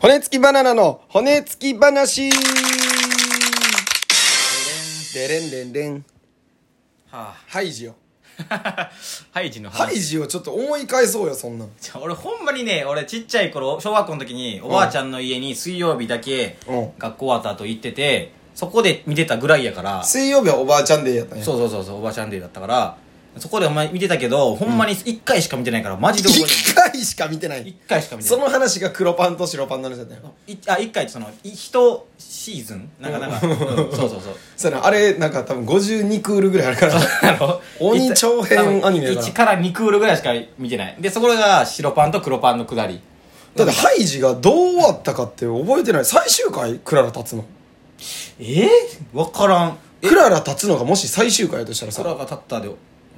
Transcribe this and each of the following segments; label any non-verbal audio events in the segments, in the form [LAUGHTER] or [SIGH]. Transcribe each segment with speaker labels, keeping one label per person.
Speaker 1: 骨付きバナナの骨付き話でれんでんでん
Speaker 2: は
Speaker 1: ハイジよ
Speaker 2: あハイジの
Speaker 1: ハイ
Speaker 2: 話、
Speaker 1: ジをちょっと思い返そうよそんなん
Speaker 2: じゃあ俺ほんまにね俺ちっちゃい頃小学校の時におばあちゃんの家に水曜日だけ
Speaker 1: うん
Speaker 2: 学校終わった後行っててそこで見てたぐらいやから
Speaker 1: 水曜日はおばあちゃんデーやったね
Speaker 2: そうそうそうそうおばあちゃんデーだったからそこでお前見てたけどほんまに1回しか見てないからマジで覚えて
Speaker 1: 一回しか見てな
Speaker 2: ない
Speaker 1: い
Speaker 2: 1回しか見て
Speaker 1: そ
Speaker 2: ない
Speaker 1: の話が黒パンと白パンの話だったよ
Speaker 2: いあ一1回ってその1シーズンなんかなんか、うんそうそう [LAUGHS] そう
Speaker 1: そうやなあれなんか多分52クールぐらいある [LAUGHS] から
Speaker 2: あの
Speaker 1: 鬼長編アニメだな
Speaker 2: 1から2クールぐらいしか見てないでそこが白パンと黒パンのくだり
Speaker 1: だってハイジがどう終わったかって覚えてない最終回クララ立つの
Speaker 2: えー、分からん
Speaker 1: クララ立つのがもし最終回やとしたらさ
Speaker 2: 空が立ったで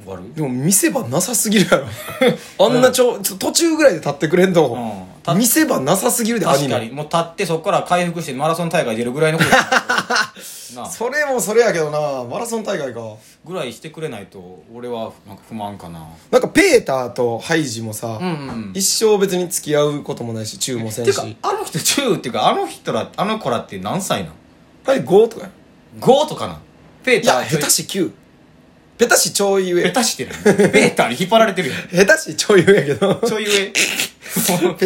Speaker 2: 終わる
Speaker 1: でも見せ場なさすぎるやろ [LAUGHS] あんなちょ、ちょ途中ぐらいで立ってくれんと、
Speaker 2: うんた
Speaker 1: 見せ場なさすぎるでアニ
Speaker 2: 確かに
Speaker 1: メ
Speaker 2: もう立ってそこから回復してマラソン大会出るぐら
Speaker 1: [LAUGHS]
Speaker 2: いのことやなあ
Speaker 1: それもそれやけどなマラソン大会か
Speaker 2: ぐらいしてくれないと俺はなんか不満かな
Speaker 1: なんかペーターとハイジもさ、
Speaker 2: うんうんうん
Speaker 1: 一生別に付き合うこともないし中もせ
Speaker 2: て
Speaker 1: ん
Speaker 2: いうか
Speaker 1: し
Speaker 2: あの人中っていうかあの人らあの子らって何歳なん
Speaker 1: はい5とかや
Speaker 2: ?5 とかなペー
Speaker 1: い
Speaker 2: ター
Speaker 1: や下手し9下手しちょい上
Speaker 2: 下手してるペーターに引っ張られてるやん
Speaker 1: 下手しちょい上やけ
Speaker 2: [LAUGHS]
Speaker 1: ど
Speaker 2: ちょい上
Speaker 1: 下手し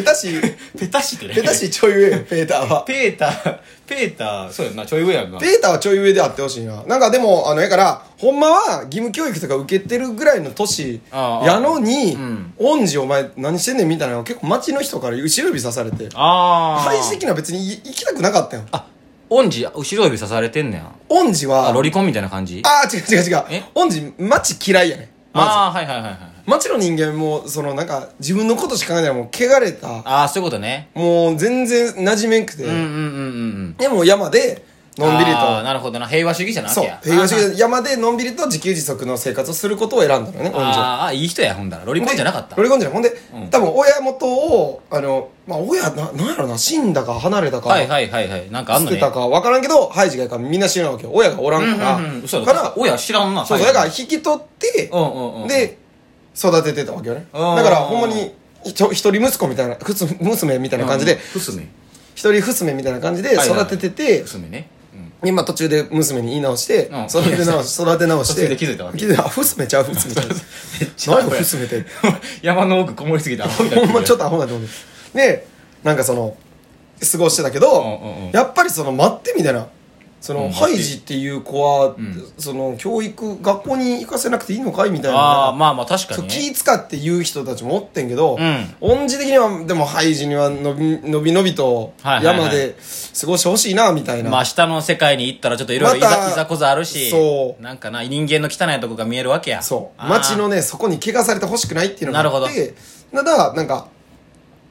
Speaker 2: ペタしてる
Speaker 1: 下手しちょい上やペーターは
Speaker 2: ペーター、ペーター、そうやんな、ちょい上やんな。
Speaker 1: ペーターはちょい上であってほしいな。なんかでも、あの、やから、ほんまは義務教育とか受けてるぐらいの年
Speaker 2: ああ
Speaker 1: やのに
Speaker 2: うん、
Speaker 1: 恩師お前何してんねんみたいなの結構街の人から後ろ指さされて、
Speaker 2: あ
Speaker 1: 廃止的な別に行きたくなかったよ。
Speaker 2: あ、オンジ、後ろ指刺されてんねや。
Speaker 1: 恩師
Speaker 2: あ、
Speaker 1: は
Speaker 2: ロ、リコンみたいな感じ
Speaker 1: ああ、違う違う違う
Speaker 2: え。
Speaker 1: 恩師、街嫌いやねん。ま
Speaker 2: あー、はいはいはいはい。
Speaker 1: ず。街の人間も、そのなんか、自分のことしか考えないもう、汚れた、
Speaker 2: あー、そういうことね。
Speaker 1: もう全然馴染めんくて
Speaker 2: うん、うんうんうん
Speaker 1: でも山で、
Speaker 2: うん。
Speaker 1: のんびり
Speaker 2: あー
Speaker 1: と、
Speaker 2: なるほどな、平和主義者なわ
Speaker 1: そ
Speaker 2: け
Speaker 1: う
Speaker 2: や。。
Speaker 1: 平和主義
Speaker 2: 者。
Speaker 1: で山でのんびりと自給自足の生活をすることを選んだのね、恩師は。
Speaker 2: あーあー、いい人や、ほんだら。ロリコンじゃなかった
Speaker 1: ロ。リコンじゃないほんで、
Speaker 2: うん
Speaker 1: 多分親元をあのまあ親ななんやろな死んだか離れたか、
Speaker 2: はいはいはいはい。なんかあん
Speaker 1: 捨
Speaker 2: の
Speaker 1: て
Speaker 2: ね。
Speaker 1: たか分からんけどハイジがいいからみんな知らんわけよ親がおら
Speaker 2: うんん
Speaker 1: から、
Speaker 2: うんうん。嘘
Speaker 1: か
Speaker 2: だ
Speaker 1: ら
Speaker 2: 親知らんな。
Speaker 1: そうそうだから引き取って、
Speaker 2: うんうんうんうん。、
Speaker 1: で育ててたわけよねだ
Speaker 2: う
Speaker 1: か
Speaker 2: ん
Speaker 1: らほんまにひと一人息子みたいなふつ娘みたいな感じで、
Speaker 2: ふすめ。
Speaker 1: 一人娘みたいな感じで
Speaker 2: はいはい
Speaker 1: 育ててて
Speaker 2: ふ、すめね。うん。 [LAUGHS]
Speaker 1: 今途中で娘に言い直して、
Speaker 2: うん
Speaker 1: 育て直し育て直し
Speaker 2: 途中
Speaker 1: て
Speaker 2: で気づいたわけ
Speaker 1: てあ娘ちゃう娘
Speaker 2: [LAUGHS]
Speaker 1: ちゃう何よ娘って
Speaker 2: 山の奥こもりすぎてアホみたい
Speaker 1: ほ
Speaker 2: に
Speaker 1: んま
Speaker 2: なってる
Speaker 1: ちょっとアホだと思う。で、なんかその、過ごしてたけど、
Speaker 2: うんうんうん
Speaker 1: やっぱりその、待ってみたいな。その、
Speaker 2: うん
Speaker 1: ハイジっていう子は、
Speaker 2: ん
Speaker 1: その、教育、学校に行かせなくていいのかいみたいな。
Speaker 2: ああ、まあまあ確か
Speaker 1: そう
Speaker 2: に、
Speaker 1: 気
Speaker 2: ね。
Speaker 1: 使って言う人たちもおってんけど、
Speaker 2: うん
Speaker 1: 恩師的には、でも、ハイジにはのび、のびのびと、
Speaker 2: はいはいはい
Speaker 1: 山で過ごしてほしいな、みたいな。
Speaker 2: まあ下の世界に行ったらちょっといろいろい
Speaker 1: また
Speaker 2: ざいざこざあるし、
Speaker 1: そう
Speaker 2: なんかな、人間の汚いとこが見えるわけや。
Speaker 1: そう
Speaker 2: あー
Speaker 1: 街のねそこに怪我されてほしくないっていうのがあっ
Speaker 2: な
Speaker 1: てただなんか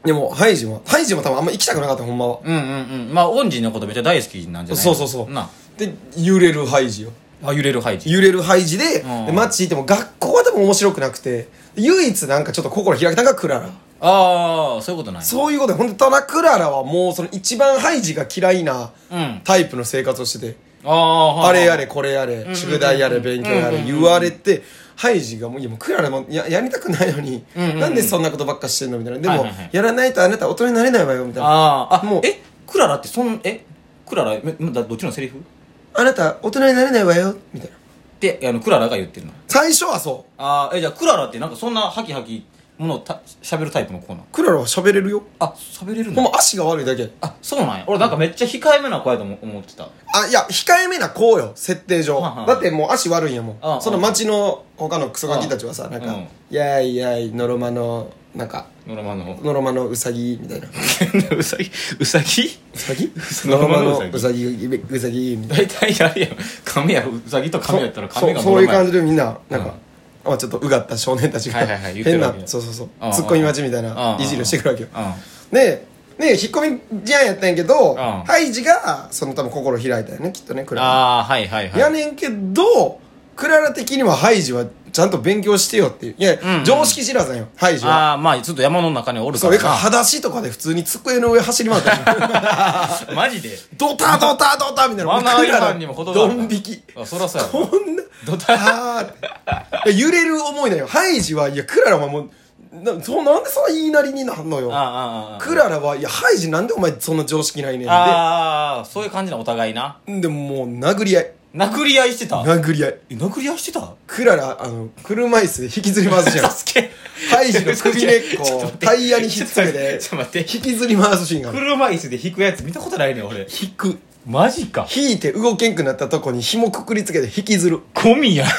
Speaker 1: でもハイジもハイジも多分あんま行きたくなかったほんまは
Speaker 2: うんうんうん。まあ、恩人のことめっちゃ大好きなんじゃない
Speaker 1: そうそうそう
Speaker 2: な。
Speaker 1: で揺れるハイジよ
Speaker 2: あ、揺れるハイジ。
Speaker 1: 揺れるハイジで,、
Speaker 2: うん
Speaker 1: でマッチ行っても学校はでも面白くなくて唯一なんかちょっと心開けたのがクララ
Speaker 2: ああ、そういうことない。
Speaker 1: そういうことでほんとただクララはもうその一番ハイジが嫌いな
Speaker 2: うん。
Speaker 1: タイプの生活をしてて、
Speaker 2: ああ、
Speaker 1: あれや
Speaker 2: れ。
Speaker 1: れこれやれ、宿題やれ勉強やれ言われて、ハイジがもういやもうクララもややりたくないのに、
Speaker 2: うんうんうん
Speaker 1: なんでそんなことばっかしてんのみたいなでも、
Speaker 2: はいはいはい
Speaker 1: やらないとあなた大人になれないわよみたいなあ
Speaker 2: ああ、あ、
Speaker 1: も
Speaker 2: も
Speaker 1: う
Speaker 2: う。え、クララってそん、え、クララ、めまだどっちのセリフっ
Speaker 1: なた大人になれないわよみたいな
Speaker 2: て、あの、クララが言ってるの。
Speaker 1: 最初はそう
Speaker 2: ああ、え、じゃあクララってなんかそんなハキハキものをた喋るタイプの子なの
Speaker 1: クララは喋れるよ
Speaker 2: あ、喋れる
Speaker 1: ほん
Speaker 2: の
Speaker 1: ま足が悪いだけ
Speaker 2: あ、そうなんや。俺なんかめっちゃ控えめな子やと思思ってた。
Speaker 1: あ、いや、控えめなこうよ、設定上
Speaker 2: はんは。ん
Speaker 1: だってもう足悪いんやも。
Speaker 2: うんうんん
Speaker 1: その街の他のクソガキたちはさ、
Speaker 2: うん
Speaker 1: なん
Speaker 2: う
Speaker 1: か
Speaker 2: ん、
Speaker 1: いやいやい、のろまの、なんか、
Speaker 2: ノロマの。
Speaker 1: のろまのうさぎみたい [LAUGHS] な。う
Speaker 2: うさぎ、うさぎ
Speaker 1: さ [LAUGHS] ぎのろ
Speaker 2: のろ
Speaker 1: ま
Speaker 2: まの
Speaker 1: の
Speaker 2: うさぎ
Speaker 1: うさぎ、うさぎみたい
Speaker 2: 大体あれやん。亀や、うさぎと
Speaker 1: な。
Speaker 2: 亀やったら亀が
Speaker 1: そうそういう感
Speaker 2: じ。
Speaker 1: じでみんな、なんか、まあちょっとうがった少年たちが、
Speaker 2: はいはいはい言って
Speaker 1: 変
Speaker 2: るわ
Speaker 1: な
Speaker 2: け、ね
Speaker 1: そうそうそう
Speaker 2: うんう、ん
Speaker 1: ツッコミ待ちみたい
Speaker 2: うんうん
Speaker 1: な
Speaker 2: う、ん
Speaker 1: いじりをしてくるわけよ。
Speaker 2: うん。
Speaker 1: で、ね、引っ込み思案やったんやけど、
Speaker 2: ん
Speaker 1: ハイジが、その多分心開いたよね、きっとね、クララ
Speaker 2: ああ、はいはいはい。
Speaker 1: やねんけど、クララ的にはハイジはちゃんと勉強してよっていう。いや、
Speaker 2: んうん
Speaker 1: 常識知らずなんよ、ハイジは。
Speaker 2: ああ、まあ、ちょっと山の中におる
Speaker 1: そ
Speaker 2: か
Speaker 1: れ
Speaker 2: ら
Speaker 1: から、
Speaker 2: な。
Speaker 1: 裸足とかで普通に机の上走り回った
Speaker 2: [LAUGHS]
Speaker 1: り
Speaker 2: マジで。
Speaker 1: ドタドタドタみたいな。
Speaker 2: マナー違反にも
Speaker 1: クラ
Speaker 2: 程
Speaker 1: ラ
Speaker 2: があ
Speaker 1: ド
Speaker 2: るな
Speaker 1: ン引き。
Speaker 2: あ、そらそうや
Speaker 1: こ
Speaker 2: ろ。
Speaker 1: んな、
Speaker 2: ドタ
Speaker 1: あーっていや揺れる思いだよ。ハイジは、いや、クララはもう、なそうなんでそんな言いなりになんのよ
Speaker 2: ああああああ
Speaker 1: クララはいやハイジなんでお前そんな常識ないねん
Speaker 2: ああそういう感じなお互いな
Speaker 1: ででももう殴り合い
Speaker 2: 殴り合いしてた
Speaker 1: 殴り合い
Speaker 2: え殴り合いしてた
Speaker 1: クララあの車椅子で引きずり回すじ
Speaker 2: [LAUGHS]
Speaker 1: ゃん
Speaker 2: 助け
Speaker 1: ハイジの首根っこをタイヤに引っ付けて
Speaker 2: [LAUGHS] ちょっと待って
Speaker 1: 引きずり回すシーンがある
Speaker 2: 車椅子で引くやつ見たことないね俺
Speaker 1: 引く
Speaker 2: マジか
Speaker 1: 引いて動けんくなったとこに紐くくりつけて引きずる
Speaker 2: ゴ
Speaker 1: [LAUGHS]
Speaker 2: ミやん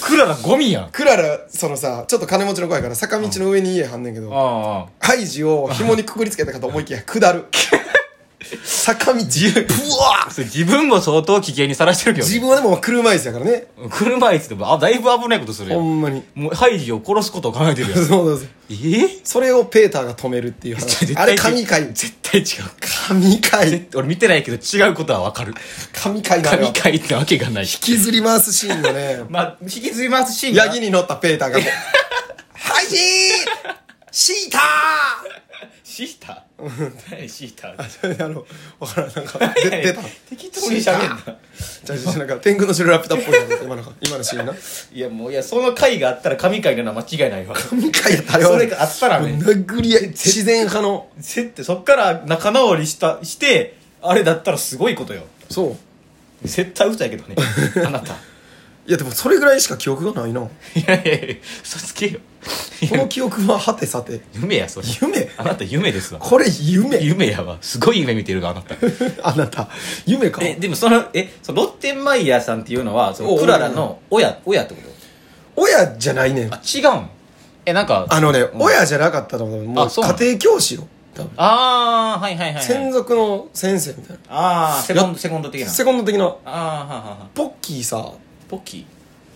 Speaker 2: クララゴミやんあ
Speaker 1: クララそのさちょっと金持ちの子やから坂道の上に家はんねんけど
Speaker 2: あ
Speaker 1: ハイジを紐にくくりつけたかと思いきや下
Speaker 2: [LAUGHS]
Speaker 1: る坂道ブワー
Speaker 2: それ自分も相当危険にさらしてるけど
Speaker 1: 自
Speaker 2: ね
Speaker 1: 分はでも車椅子やからね
Speaker 2: 車椅子でもあだいぶ危ないことするや
Speaker 1: ほ
Speaker 2: ん
Speaker 1: んまに
Speaker 2: もうハイジを殺すことを考えてるや
Speaker 1: [LAUGHS]
Speaker 2: ん
Speaker 1: そうそうそう
Speaker 2: えー
Speaker 1: それをペーターが止めるっていう
Speaker 2: 絶対違
Speaker 1: 話
Speaker 2: う
Speaker 1: あれ神回
Speaker 2: 絶対違う
Speaker 1: 神回
Speaker 2: 絶俺見てないけど違うことはわかる
Speaker 1: 神回なのよ
Speaker 2: 神
Speaker 1: 引
Speaker 2: 回ってわけがない
Speaker 1: きずり回すシーンのね
Speaker 2: まあ引きずり回すシーンが
Speaker 1: ヤギに乗ったペーターが
Speaker 2: [LAUGHS]
Speaker 1: こう「ハイジーシータ
Speaker 2: シータ何シータ
Speaker 1: ー! 」あのわからんなんか出出た
Speaker 2: 適当に喋んな
Speaker 1: じゃあじゃあなんか天狗の城ラピュタっぽいな今のが今のシーンない
Speaker 2: やもういやその回があったら神回なのは間違いない [LAUGHS] わ
Speaker 1: 神回やったあれは
Speaker 2: それがあったらね
Speaker 1: 殴り合い自然派の
Speaker 2: せってそっから仲直りしたしてあれだったらすごいことよ
Speaker 1: そう
Speaker 2: 絶対嘘やけ [LAUGHS] どねあなた
Speaker 1: いやでもそれぐらいしか記憶がないなこ
Speaker 2: いやいやいや嘘つけよ
Speaker 1: の記憶ははてさて
Speaker 2: 夢やそれ
Speaker 1: 夢
Speaker 2: あなた夢ですわ
Speaker 1: これ夢
Speaker 2: 夢やわすごい夢見てるわあなた
Speaker 1: あなた夢か
Speaker 2: えでもそのえそのロッテンマイヤーさんっていうのはそ
Speaker 1: お
Speaker 2: の
Speaker 1: う
Speaker 2: クララの親親ってこと
Speaker 1: 親じゃないねん
Speaker 2: あ違うんえなんか
Speaker 1: あのね
Speaker 2: うん
Speaker 1: 親じゃなかったのもう
Speaker 2: あそうな
Speaker 1: 家
Speaker 2: の
Speaker 1: 庭教師よ多分
Speaker 2: ああはいはいはい、はい、
Speaker 1: 専属の先生みたい
Speaker 2: ああセコン
Speaker 1: や
Speaker 2: ドセコンド的
Speaker 1: な
Speaker 2: な
Speaker 1: セコンド的な
Speaker 2: ああはあはあはあ
Speaker 1: ポッキーさ
Speaker 2: ポッキー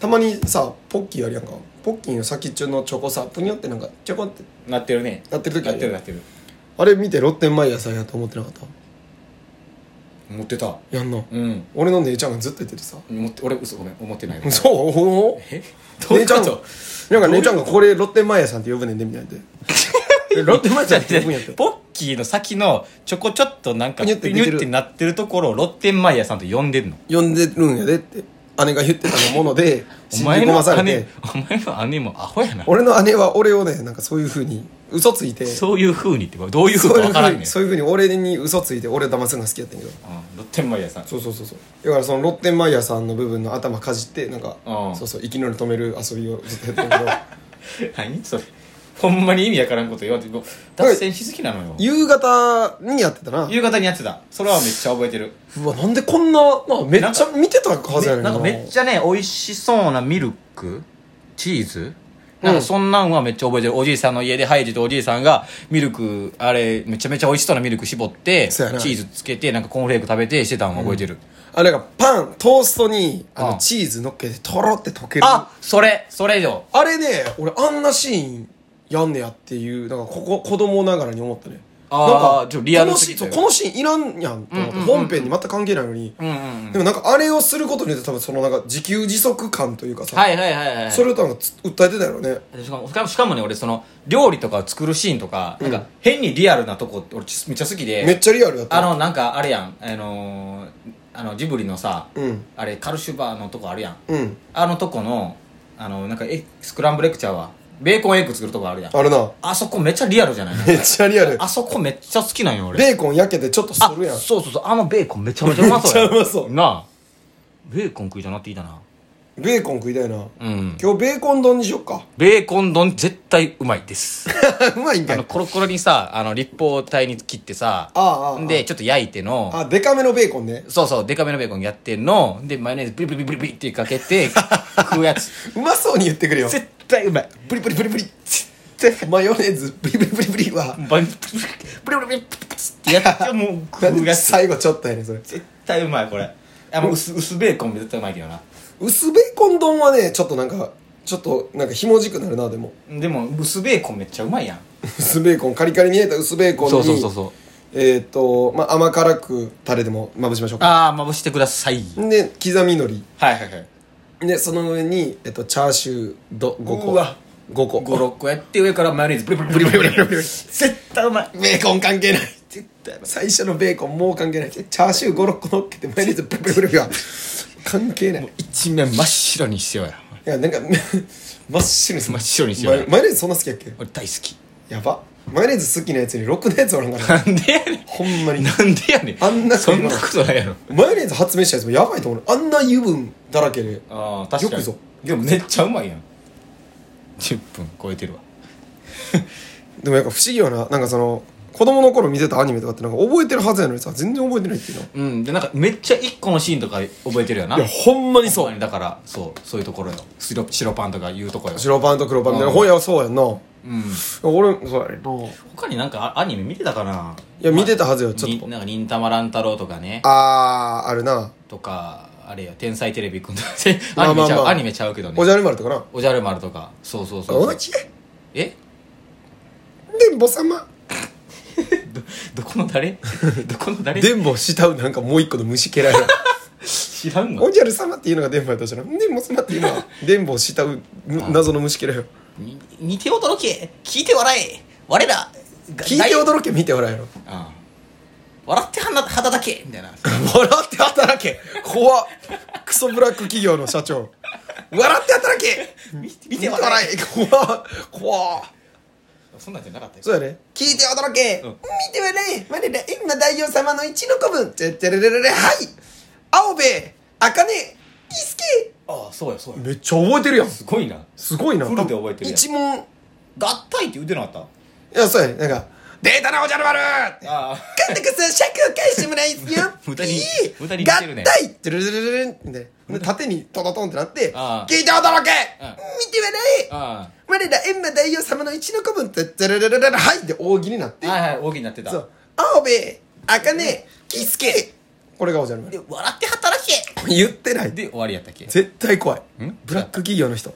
Speaker 1: たまにさポッキーやるやんかポッキーの先っちょのチョコさプニョってなんかチョコって
Speaker 2: なってるね
Speaker 1: なってる時あ
Speaker 2: な
Speaker 1: る
Speaker 2: ってるなってる
Speaker 1: あれ見てロッテンマイヤーさんやと思ってなかった
Speaker 2: 持ってた
Speaker 1: やんな
Speaker 2: うん
Speaker 1: 俺の姉ちゃんがずっと言っててさ
Speaker 2: 持って俺嘘ごめん思ってない
Speaker 1: そうほん
Speaker 2: えどういうこと
Speaker 1: なんか姉ちゃんがこれロッテンマイヤーさんって呼ぶねんでみたいでロッテンマイヤーさんって呼ぶんやって
Speaker 2: ポッキーの先のちょこちょっとなんか
Speaker 1: ぷに
Speaker 2: ニ
Speaker 1: ゅ
Speaker 2: ュ
Speaker 1: って出てる
Speaker 2: ッてなってるところをロッテンマイヤーさんと呼んでんの
Speaker 1: 呼んでるんやでって姉が言ってたのもので
Speaker 2: お
Speaker 1: 信じ
Speaker 2: 前
Speaker 1: 込
Speaker 2: の
Speaker 1: まされ
Speaker 2: 姉
Speaker 1: て
Speaker 2: お前の姉もアホやな
Speaker 1: 俺の姉は俺をねなんかそういうふうに嘘ついて
Speaker 2: そういうふうにってどういうふう
Speaker 1: そう
Speaker 2: か
Speaker 1: いう
Speaker 2: わ
Speaker 1: ふ
Speaker 2: から
Speaker 1: うん
Speaker 2: ねん
Speaker 1: にそういうふうに俺に嘘ついて俺を騙すのが好きやったんやけど
Speaker 2: うんロッテンマイヤーさん
Speaker 1: そうそうそうそうだからそのロッテンマイヤーさんの部分の頭かじってなんか
Speaker 2: うん
Speaker 1: そうそう息のり止める遊びをずっとやってんけ
Speaker 2: [LAUGHS]
Speaker 1: ど
Speaker 2: 何それほんまに意味わからんこと言われてもう脱線しすぎなのよ
Speaker 1: 夕方にやってたな
Speaker 2: 夕方にやってたそれはめっちゃ覚えてる
Speaker 1: うわなんでこんな、まあ、めっちゃ見てたはずやねん
Speaker 2: めなんかめっちゃね美味しそうなミルクチーズなん
Speaker 1: う
Speaker 2: か
Speaker 1: ん
Speaker 2: そんなんはめっちゃ覚えてる、おじいさんの家でハイジとおじいさんがミルクあれめちゃめちゃ美味しそうなミルク絞ってチ
Speaker 1: そうやな
Speaker 2: ーズつけてなんかコーンフレーク食べてしてたのを覚えてる、
Speaker 1: あなんかパントーストにあ
Speaker 2: うん
Speaker 1: のチーズ乗っけてとろって溶ける
Speaker 2: あそれそれよ
Speaker 1: あれね俺あんなシーンやんねやっていうなんかここ子供ながらに思ったね
Speaker 2: あー
Speaker 1: なんか
Speaker 2: ちょっとリアル
Speaker 1: この
Speaker 2: す
Speaker 1: シ
Speaker 2: ぎ
Speaker 1: ーン
Speaker 2: た
Speaker 1: そうこ
Speaker 2: よ
Speaker 1: のシーンいらんやんと思って、本編に全く関係ないのに、
Speaker 2: うんうん
Speaker 1: でもなんかあれをすることによって多分そのなんか自給自足感というかさ、
Speaker 2: はいはいはいはい
Speaker 1: それをなんかつ訴えてたよね
Speaker 2: しかもしかもしかもね俺その料理とかを作るシーンとか,、なんか変にリアルなとこ俺ちめっちゃ好きで
Speaker 1: めっちゃリアルだった
Speaker 2: あのなんかあれやんあのーあのジブリのさ、
Speaker 1: うん
Speaker 2: あれカルシュバーのとこあるやん
Speaker 1: うん
Speaker 2: あのとこのあのなんかえスクランブルエッグちゃうわベーコンエッグ作るとこあるやんあ
Speaker 1: あれな
Speaker 2: そこめっちゃリアルじゃ
Speaker 1: [LAUGHS]
Speaker 2: ない
Speaker 1: めっちゃリアル
Speaker 2: あそこめっちゃ好きなんよ俺
Speaker 1: ベーコン焼けてちょっとす
Speaker 2: あ
Speaker 1: るやん
Speaker 2: そうそうそうあのベーコンめちゃめちゃうまそうやん
Speaker 1: めっちゃうまそう
Speaker 2: なあベーコン食いたなっていいだな
Speaker 1: ベーコン食いたいな、
Speaker 2: うん
Speaker 1: 今日ベーコン丼にしよっか
Speaker 2: ベーコン丼絶対 [LAUGHS] うま
Speaker 1: [LAUGHS]
Speaker 2: いです
Speaker 1: うまいんか
Speaker 2: あ
Speaker 1: い
Speaker 2: のコロコロにさあの立方体に切ってさ
Speaker 1: ああああ
Speaker 2: でちょっと焼いての
Speaker 1: あデカめのベーコンね
Speaker 2: そうそうデカめのベーコンやってのでマヨネーズブリブリブリブリってかけて食うやつ
Speaker 1: うまそうに言ってくれよ
Speaker 2: 絶対うまい
Speaker 1: ブリブリブリブリ絶対マヨネーズブリブリブリブリは
Speaker 2: バリブリブリブリブリってやってもう
Speaker 1: な
Speaker 2: 食
Speaker 1: ん
Speaker 2: うや
Speaker 1: で
Speaker 2: つ
Speaker 1: 最後ちょっとやねんそれ
Speaker 2: 絶対うまいこれあもう薄薄ベーコンも絶対うまいけどな
Speaker 1: 薄ベーコン丼はねちょっとなんかちょっとなんかひもじくなるなでも [LAUGHS]
Speaker 2: でも薄ベーコンめっちゃうまいやん
Speaker 1: 薄ベーコンカリカリに焼いた薄ベーコンに
Speaker 2: そう
Speaker 1: えっ、とまあ甘辛くタレでもまぶしましょうか
Speaker 2: ああまぶしてください
Speaker 1: で刻み海
Speaker 2: はいはいはい
Speaker 1: 苔でその上に、えっとチャーシューど5個
Speaker 2: うわ
Speaker 1: 5個
Speaker 2: 56個やって上からマヨネーズブリブリブリブリブリブリ絶対うまい
Speaker 1: ベーコン関係ない絶対最初のベーコンもう関係ないチャーシュー56個乗っけてマヨネーズブリブリブリブリは関係ない
Speaker 2: 一面真っ白にしようや
Speaker 1: いやなんか [LAUGHS] 真っ白にす
Speaker 2: 真っ白にしよう
Speaker 1: マヨマヨネーズそんな好きやっけ
Speaker 2: 俺大好き
Speaker 1: やばマヨネーズ好きなやつにろくなやつおらんから
Speaker 2: なんでやねん
Speaker 1: ほんまに
Speaker 2: なんでやねん
Speaker 1: あんな
Speaker 2: そんなことないやろ
Speaker 1: マヨネーズ発明したやつもやばいと思うあんな油分だらけで
Speaker 2: ああ
Speaker 1: 確かによくぞ
Speaker 2: でもめっちゃうまいやん10分超えてるわ
Speaker 1: でもなんか不思議よななんかその子供の頃見てたアニメとかってなんか覚えてるはずやのにさ全然覚えてないっていうの
Speaker 2: うんでなんかめっちゃ1個のシーンとか覚えてるよない
Speaker 1: やほんまにそう
Speaker 2: ほんまにだからそうそういうところよ白白パンとかいうとこよ
Speaker 1: 白パンと黒パンみたいな
Speaker 2: うん
Speaker 1: 本屋はそうやんな
Speaker 2: うん
Speaker 1: 俺そうやねんない
Speaker 2: 他になんかあアニメ見てたかな
Speaker 1: や見てたはずよちょっ
Speaker 2: に
Speaker 1: と
Speaker 2: なんか忍たま乱太郎とかね
Speaker 1: あーあるな
Speaker 2: とかあれよ天才テレビくんとか [LAUGHS]
Speaker 1: まあ
Speaker 2: ア
Speaker 1: ま
Speaker 2: ニメ
Speaker 1: あ
Speaker 2: ちゃ
Speaker 1: ま
Speaker 2: う、
Speaker 1: あ
Speaker 2: アニメちゃうけどね
Speaker 1: おじゃる丸とかな
Speaker 2: おじゃる丸とかそうそうそう
Speaker 1: お
Speaker 2: そう
Speaker 1: じ
Speaker 2: え
Speaker 1: でんぼ様
Speaker 2: どどこの誰 [LAUGHS] どこの誰
Speaker 1: でんぼ慕うなんかもう一個の虫嫌いな
Speaker 2: 知らんの
Speaker 1: おじゃる様っていうのがでんぼやとしたらでんぼ様っていうのはでんぼ慕うむ謎の虫嫌いよ
Speaker 2: に似て驚け聞いて笑え我らが
Speaker 1: 聞いて驚け見て笑えろ
Speaker 2: ああ笑ってはな肌だけみたいな
Speaker 1: 笑って働け怖っクソブラック企業の社長笑って働け
Speaker 2: 見
Speaker 1: 見て笑え怖っ怖っ
Speaker 2: [LAUGHS] そんなんじゃなかったよ
Speaker 1: そうやね聞いて驚け、
Speaker 2: うん
Speaker 1: 見てはね我ら今大王様の一の子分てってれれれれはい青べあかねいすけ
Speaker 2: ああそうやそうや
Speaker 1: めっちゃ覚えてるやん
Speaker 2: すごいな
Speaker 1: すごいな
Speaker 2: フルで覚えてるやん
Speaker 1: 一問い
Speaker 2: 合体って言うてなかっ
Speaker 1: やそうやねなんか「データなおじゃる丸!」
Speaker 2: たああ
Speaker 1: 今度こそ尺を返してもらいます [LAUGHS] よ
Speaker 2: 無駄に
Speaker 1: いい
Speaker 2: 無駄に言ってるね
Speaker 1: 合体ってるるるるるんってで縦にトトトンってなって
Speaker 2: ああ
Speaker 1: 聞いて驚け
Speaker 2: うん
Speaker 1: 見てはない
Speaker 2: あ
Speaker 1: 我ら閻魔大王様の一の子分てってれれれれれはいで大喜利になって
Speaker 2: あはいはい大きになってた
Speaker 1: そう青べあかねキスケこれがおじゃる丸
Speaker 2: で笑って働け
Speaker 1: 言ってない
Speaker 2: で終わりやったっけ
Speaker 1: 絶対怖い
Speaker 2: ん
Speaker 1: ブラック企業の人